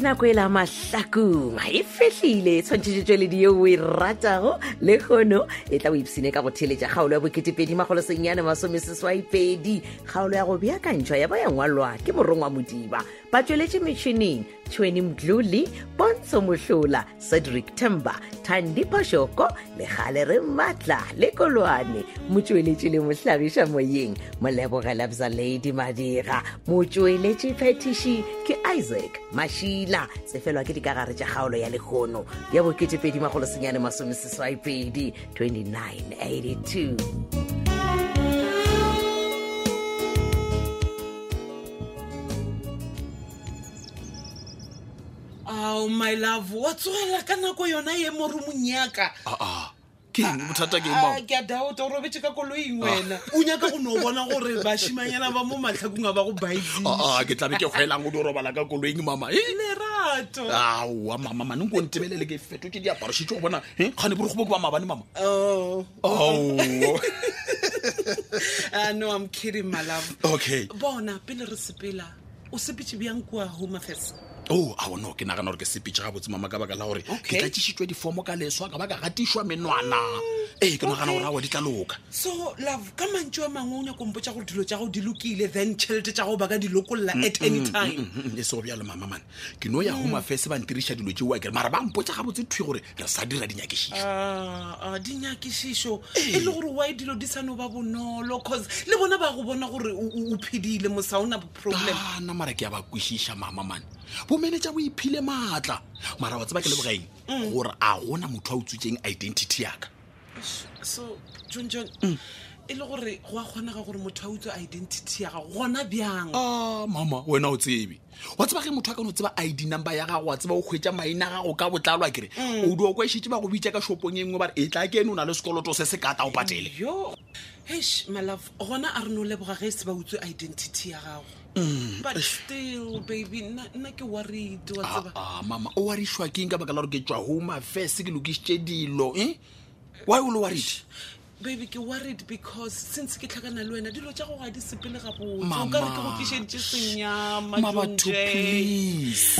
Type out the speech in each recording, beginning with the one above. nako e la mahlakong ga e fetlhile tshwantšhitšetsweledi yeo o e ratago le kgono e tla o ipsene ka go theletša kgaolo ya boketepedi magolosenyane masomeseswaipedi kgaolo ya go beakantšhwa ya ba ya ngwalwa ke morong wa modiba ba tsweletše metšhineng tshweni mdluli pontsho mohlola cedric temba thandi phashoko legale re maatla le kolwane motsweletši le mohlagiša moyeng molebogela bza ladi madira motsweletši phetiši ke isaac mašila tsefelwa ke dikagare tša kgaolo ya lekgono ya bo2edimagolosenyane masomeseswaipedi 2982 ao my love wa tsogela ka nako yona ye mo rumong yaka aa Ah, ke eng bothata ke Ah. eng mama? Ah, ke a daota o robetse ka koloing wena o nyaka go no bona gore bašimanyana ba mo matlhakong a ba go baitsise aa Ah, ke tlabe ke hwelang o di robala ka koloing mama e lerato aa mama mane nko ntebelele ke feto ke diaparositse go bona e kgane borogobo ke ba mabane mama Oh, Oh. ao Ah, no i'm kidding my love okay bona pele re sepela o sepetse bjang kua home affairs o ao Oh, no ke nagana gore ke sepitše gabotse mama ka baka la gore Okay. ke tlatšisitswe difomo ka leswa ka ba ka gatišwa menwana ee ke nagana gore ao di tla loka so love ka mantsi wa mangwe o nyako mpotsa gore dilo tja go di lokile then tšhelete tja go ba ka di lokolola at any time Mm, e seo bjalo mama mane ke no ya Mm. home affairs ba ntiriša dilo tse oakere mara ba mpotsa gabotse thwe gore re sa dira dinyakešišo Ah, ah, di nyakišišo e le gore wy dilo di sano ba bonolo cause le bona ba go bona gore o- o o phedile mosa o na problem ana mara ke a ba kwešiša mama mane bomenetša bo iphile maatla mara wa tseba ke lebogaeng gore a gona motho a utswitseng identity yaka so john john e le gore go a kgonega gore motho a utswe identity ya gago gona Oh. bjang a mama wena o tsebe wa tseba ge motho a ka no tseba id number ya gago wa tseba o kgwetsa maina a gago ka botlalo akere o di o kwešitse ba go bitsa ka shopong e nngwe bare e tla ke eno o na le sekoloto se se kata o patele yo hash malove gona a re no leboga ge se ba utswe identity ya gago but still baby nna nna ke warrite wa tseba aa mama o warišwa keng ka baka la gore ke tswa home affairs ke lokišitše dilo e wy o le warite baby ke worried because since ke tlhakana le wena dilo tja go ga di sepele gabotse o Mama. ka re ke go tlišeditše senyama ma John batho Jay. please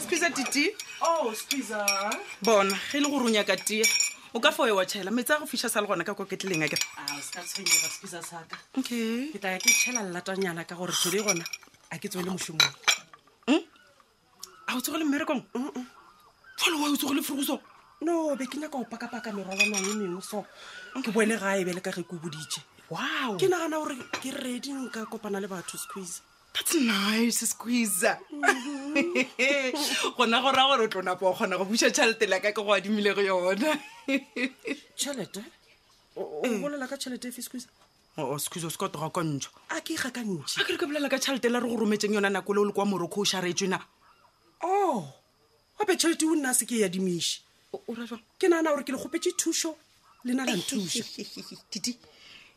squeeze Ah. titi Oh, bona ge e le gore o nyaka tia o ka fa o e wa tšhela metsi a go fitlha sa le gona ka koketleleng a kere Ah, okay ke taya ke tšhela llatanyana ka gore thole gona a ke tswele mošomong a o tsogole mmerekong fale wa o tsogole forogoso no be ke nyaka go pakapaka merwalanang e mengwe so ke boele gae bele ka ge ke o boditše wow ke nagana gore ke redi nka kopana le batho squeeze that's nice squeezer gona go raya gore o tlo napa o kgona go buša tšhalete laka ke go adimilego yona tšhelete o o bolela ka tšhelete efe squeeze oo squeeze o se ka toga ka ntšha a ke ga ka ntšhe a kere ke bolela ka tšhalete la re go rometseng yona nako le o le kwa moroko o šaretswe na o gape tšhelete o nna a se ke ya dimiše o ra jang ke nagana gore ke le kgopetse thušo le na lanthuša tite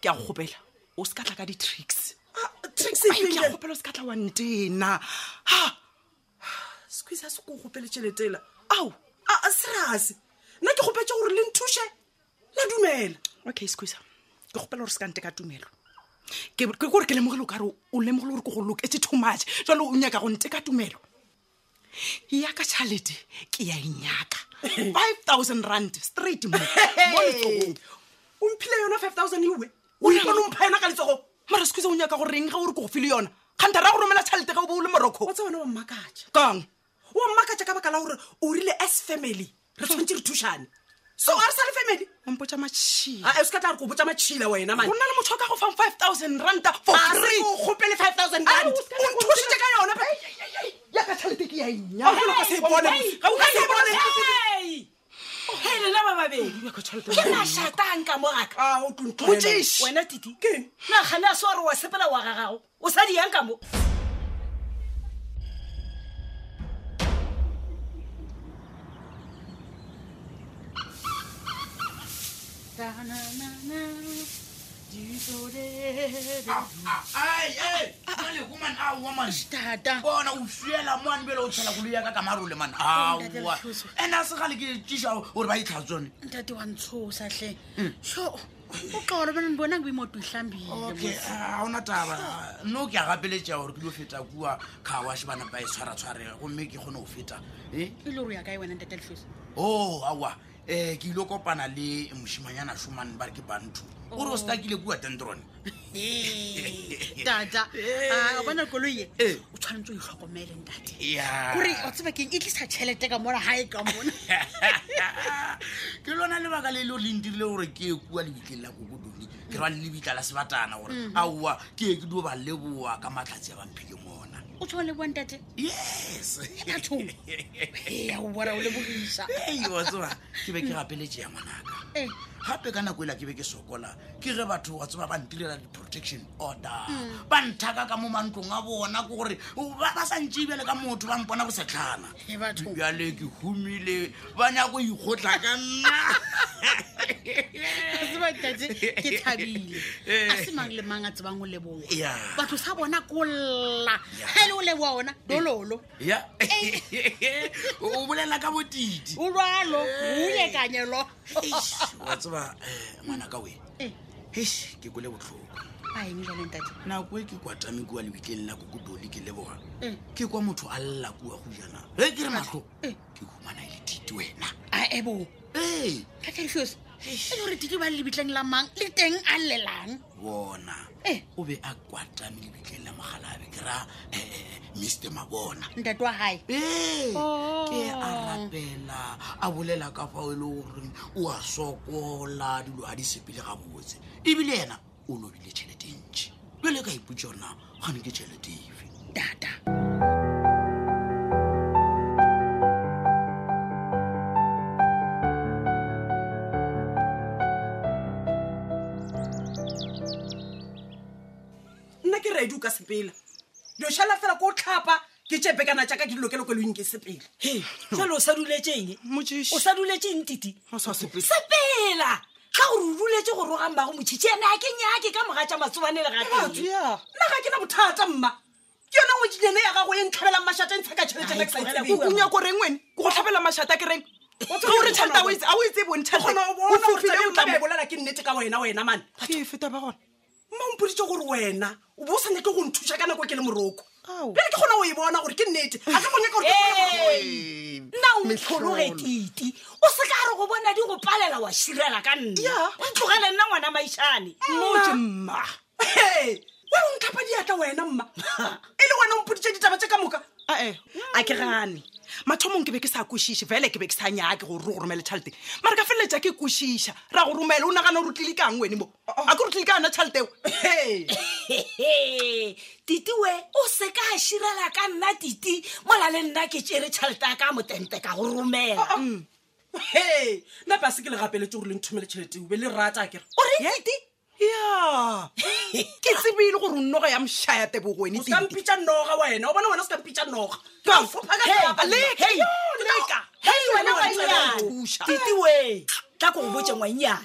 ke a go gopela o se ka tla ka di-tricks Ah, trix Ai, ke a go gopela o se ka tla wa ntena ha squeeze a se ko gopele tšhelete la ao a serase nna ke kgopetse gore le nthuše la dumela okay squeezer ke gopela gore se ka nte ka tumelo ke ke gore ke lemogele o kare o lemogele gore ke go loketse too much jalo o nyaka go nte ka tumelo yaka tšhalete ke ya enyaka five thousand rand straight mo mo letsogong. omphile yona five thousand ewe O o ya- ipone ompha yona ka letsogo mara squeeze o nyaka goreng ge ore ke go file yona kganta ra go romela tšhalete ga o bo o le o moroko tse wena wa mmakatša kang wa mmakatša ka baka la gore o rile as family re Hmm. tshwanetse re thušane so a re sa le family ompotsa matšhia ae se ka tla re ko botsa matšhila wena Hmm. go mane na le motho o ka go fang five thousand ranta for a re free o kgopele five thousand Ai, rand o o nthušitše ka yona pe- yaka tšhalete ke ya Ga o ka se e bone, ga o ka se e bone. he lena ba babedi ke na shatang ka mogaka Ah, o tlo ntlohela. botsiš wena titi Keng? na gane a se ore wa sepela wa gagago o sa di yang ka mo Ah, eh, tata ah, bona o fiela moane bele o tshela kolo yaka ka marole man Ah, Eh, aa ande a segale ke tsiša gore ba itlha tsone ntate wa ntshosatlhe sho o kaore banane bona ke boimoto itlhambile okay ga ona taba nno ke a gapeletša gore ke dio feta kua kawash bana ba e tshwaratshware gomme ke kgone go feta e e le gore ya kae wena ntate letlhosi o aa um ke ile kopana le mošimanyana shumane ba re ke bantu ore o stakile kua tendron tata ah, o bona koloie Eh. o tshwanetse o itlhokomele ntate Ya. kore o tseba keng e tlisa tšhelete ka mona gae ka mona ke lona lebaka le leo le ntirile gore ke ye kua lebitleng la kokodone ke ra le lebitla la sebatana gore aowa ke ye ke dio ba leboa ka matlhatsi a bamphile mona o tshwana le bontate yes atho ea o bona o lebogisa Hei, wa tseba ke be ke gapeletše ya ngwanaka Eh. gape ka nako ela ke be ke sokola ke ge batho wa tseba ba ntirela di-protection order ba nthaka ka mo mantlong a bona ke gore ba ba sa ntse ebjale ka motho ba mpona bosetlhana Eh, batho. bjale ke humile ba nyako ikgotla ka nna Wa tseba ntate ke thabile Eh. a se mang le mang a tsebang o leboa Ya. batho sa bona kolla ga e le o leboa ona dololo ya o bolela ka botidi o lwalo Eh. oyekanyelo Eish, wa tseba um ngwana ka wena Eh. ah, hish ke kole botlhoko a eng jale ntate nako e ke kwa tame kua lebitleng la kokodoli ke leboga Eh. ke kwa motho a lla kua go jana ge ke re matlho ke humana e le tite wena a ebo ee kakalefos e le gore tike ba lebitleng la mang le teng a llelang bona Eh. o be a kwatame lebitleng la mogalabe ke ra um mr mabona ntate wa gae ee Oh. ke a rapela a bolela ka fao e le goreng o a sokola dilo ga di sepele ga botse ebile ena o lobile tšhelete ntšhi jale ka iputse yona gane ke e. tšhelete efe data nna ke radi o ka sepela diošhala fela ko o tlhapa ke tše bekana jaaka ke dilo ke lokelong ke sepele jalo o sa duletseng Motšiši. o sa duletseng titi Ha o sa sepele. sepela ka gore o duletse go rogang bago motšhitši ene a ke nyake ka moga tša matsobane le Batho, gatee ya. nna ga ke na bothata mma ke yona ngwedinyana ya gago e ntlhabelang mašata e ntsha ka tšhelete nna ke sa e Ai, tsebeng. tlogela O nyaka- nyako reng wene ke go tlhabela mašata ke reng tseba ga ore ke tšhelete kgona a o e tse- a o e tse o kgona go bona gore taba eo tlabe e bonke bolela ke nnete ka wena wena mane ke e feta ba gona mma o mpoditse gore wena o bo o sa nyake go nthuša ka nako e ke le moroko Ao. pele ke kgona go e bona gore ke nnete ga ke gonyaka gore ke kgone go- nna o ntlhologe titi o se ka re go bona di go palela wa širela ka nna Ya. o tlogele nna ngwana maišane mmoe mma Hey, wena o ntlhapa diatla wena mma e le wena o mpoditse ditaba tse ka moka ae a ke gane mathomong ke be ke sa kwešiše fele ke be ke sa nyake gore re go romele tšhaleteng mare ka feleletša ke kwešiša ra go romele o nagana gore o tlile kang wene mo a ke re tlile ka ana tšhaleteo Oh, Hey, Hehe, titi we o se ka a širela ka nna titi mola le nna ke tšere tšhelete ya ka motente ka go Oh, romela Mm. hey, nna pase ke le gapeletse gore le nthomele tšhelete o be le rata akere o re titi ya ke tsebile gore nnoga ya mošaya tebog wene o sekampitša noga wena o bona wena o sekampitša noga ka o fopha ka tlapa, nna. Hey, leka. hei wena Wena ngwanyana Thuša. titi we tla ko go botse ngwanyana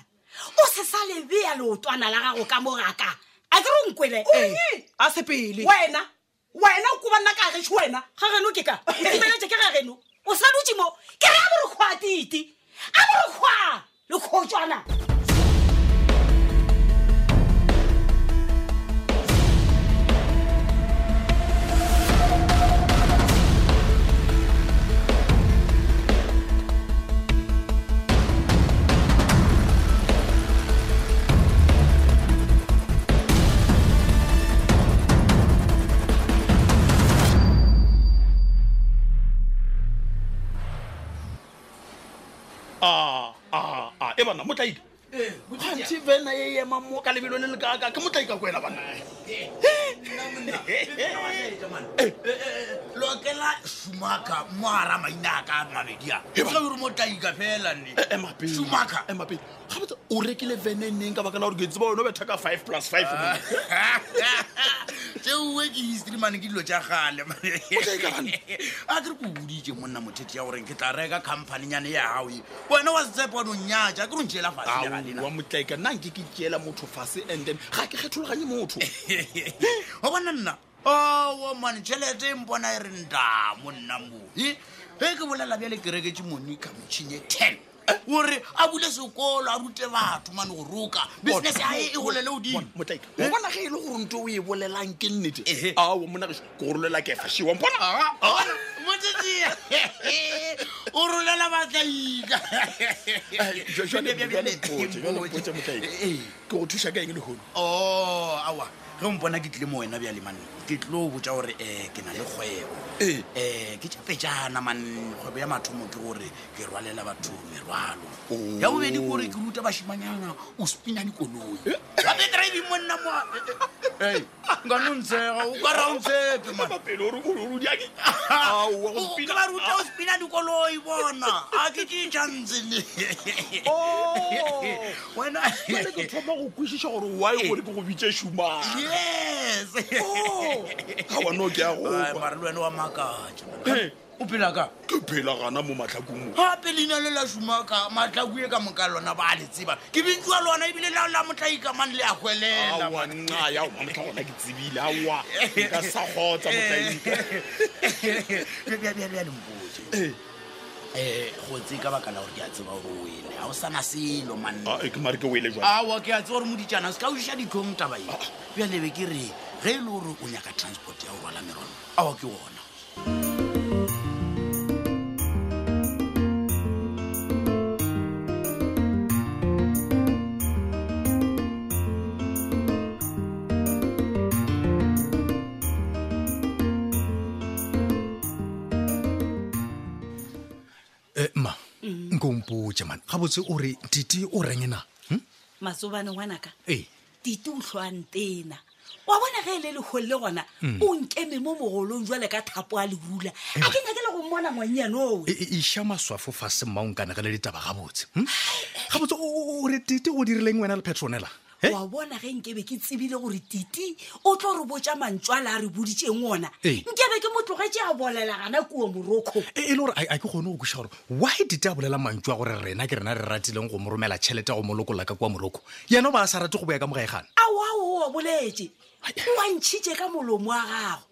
o se sa lebea leotwana la gago ka mo gaka a ke re nkwele eh. a sepele wena wena o koba nna ka agese wena gageno ke ka otemeletse ke gageno o sa dutse mo ke re a borokgwa titi a borokgwa lekgotswana aa e bana motlaika gantsi vena e ema mo ka lebelo le le kaka ke motlaika ko ena bana lokela šumaka moara maina a ka mabedi a He ba- sa gore motaika fela nne šumaka emapele gabotse Ah. o rekile vene e neng ka baka la gore ke tseba one o betha ka five plus five tseuwe ke history mane ke dilo tja gale tla e karane? a kere ko boditse monna mothete ya goreng ke tla reka company yane ya gaoe wena wa setsepa nonnyatsa ke ro ntšela fase wa motlaika nna nke ke keela motho fase and then ga ke kgethologanye motho wa bona nna owa mane tšhelete e mpona e re ntamo nna moo e ge ke bolela bjale kereketse monica motšhinye ten gore a bule sekolo a rute batho mane go roka business ya e e golele godimo motlaika Eh? o bona ge e le gore nto o e bolelang ke nnete Ah, Ehe. ao monageso ke go rolela kefa shewa mpona motsetse o rolela batlaika Eh, ke go thuša ka eng lehono o aa ge Oh, mpona ke tlile mo wena bjale mane ke tlo botsa gore um ke na le kgwebo Ee. um ke japejana mane kgwebo ya mathomo ke gore ke rwalela batho merwalo ya bobedi ke gore ke ruta bašimanyana o spina dikoloi gape driving monna moa Eh. nkane o ntshega o kara o ntshepe man mapele ore diake O- ke ba Ah. ruta o spina dikoloi bona a ke tejantsele Oh. wena ele ke Eh. thoma go kwešiša gore wae gore ke go bitše šumane yes Oh. ga Eh. wano ke ya Ai, goba mara le wena wa makatša Eh. o phela ka ke phela gana mo matlhakong mo. gape leina le la šomaka matlakue ka moka lona ba a le tseba ke bentsiwa lona ebile la la motlaikaman le a hwelela awa nna ya oma motlha gona ke tsebile awa nka sa kgotsa motlaika bjale mpotse Eh. um gotse ka baka la gore ke a tseba gore o wele ga o sana selo manna Ah, e ke mare ke wele jwa awa ke a tse gore moditšana se ka oša dikong taba e bjalebe ke re ge e le gore o nyaka transport ya go rwala merwalo awa ke ona Eh, ma nkompotse mane ga botse o re tite o reng na hm? matsobane ngwanaka Eh. ee tite o tlhoantena wa bona ge e le legole le gona o nkeme mo mogolong jwale ka thapo a lerula a ke nyake le go mmona ngwanyanoo Eh? E- e- iša maswafo fa semmao nkana ka le ditaba gabotse hm? ga botse o- o o re tite o dirileng wena le petronela Eh? he wa bona ge nkebe ke tsebile gore titi o tlo re botsa mantswala a re boditseng ona Ee. nkebe ke mo tlogetse a bolela gana kuo moroko e e le gore a a ke kgone go kweša gore why dite a bolela mantso a gore rena ke rena re ratileng go mo romela tšhelete ya go mo lokolola ka kua moroko yena o ba a sa rate go boya ka mogaegana aoao wa boletse o a ntšhitše ka molomo wa gago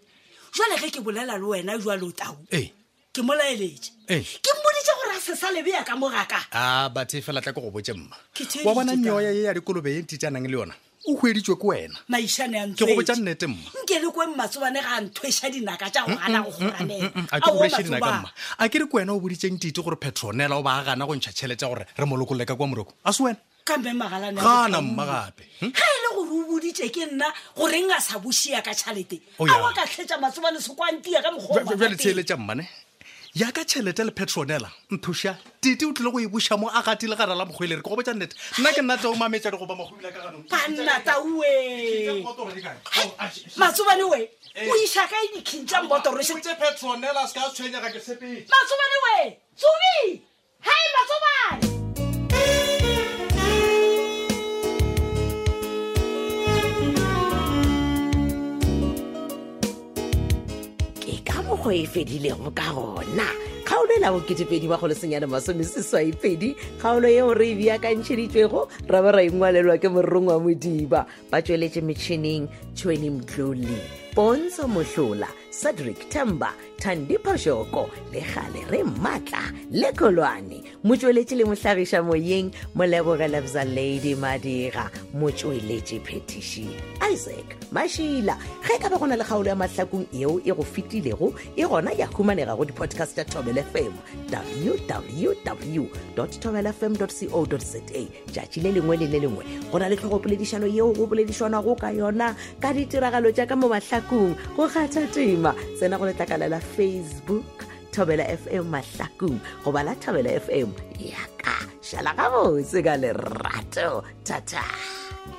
jale ge ke bolela le wena jalo tao ee ke mo laeletse Ee. ke mmoditše gore a se sa lebeya ka mogaka a bathe fela tla ke go botse mma Ke wa bona theditše nyoya taba. ye ya dikolobe ye ntite a nang le yona o hweditswe ke wena maišane a ke go botsa ntswetse. nnete mma nke le koe mmatsobane ga a nthweša dinaka tša go gana go goranela Mm, a ke gorešedina ka mma a ke re ko wena o boditseng tite gore petronela o ba a gana go ntšha tšhelete ya gore re molokole ka kwa moroko a se wena kampe magalane gana mma gape hm? ga e le gore o boditse ke nna goreng a sa bosia ka tšhalete a Oh, ya. wa ka tlhetsa matsobane sekwantia ka Bja- bja- bjale tsheeletša mmane yaka tšhelete le petronela nthuša tite o tlile go e buša mo a gati le gare la mokgwele re ke go botsa nnete nna ke nna teo mametša di goba magoila ka ganong panna taue matsobane we o iša kae dikhintša mbotoroše petronela se ka tshwenyega ke sepele matsobane we tsobi hai matsobane ke ka mogo e fedilego ka gona kgaolo e labo ketepedi ba golosenyane masomeseswaipedi kgaolo yeo re e beakantšheditšwego ra ba ra engwalelwa ke morrong wa modiba ba tsweletše metšhineng tšhweni mtlole pontsho mohlola cedric temba tandi phashoko le gale re mmatla le kolwane motsweletše le mohlagiša moyeng molebogelebza lady madira motsweletše phetiši isaac mašila ge ka ba go na le kgaolo ya mahlakong eo e go fetilego e gona ya humanega go di-podcast tša tobel fm www tobel fm co za tšatši le lengwe le le lengwe go na le tlhogopoledišano yeo go boledišanwago ka yona ka ditiragalo tša ka mo mahlakong go kgatha tema tsena go letlakala la facebook thobela fm mahlakong goba la thobela fm yaka šala gabotse ka lerato thata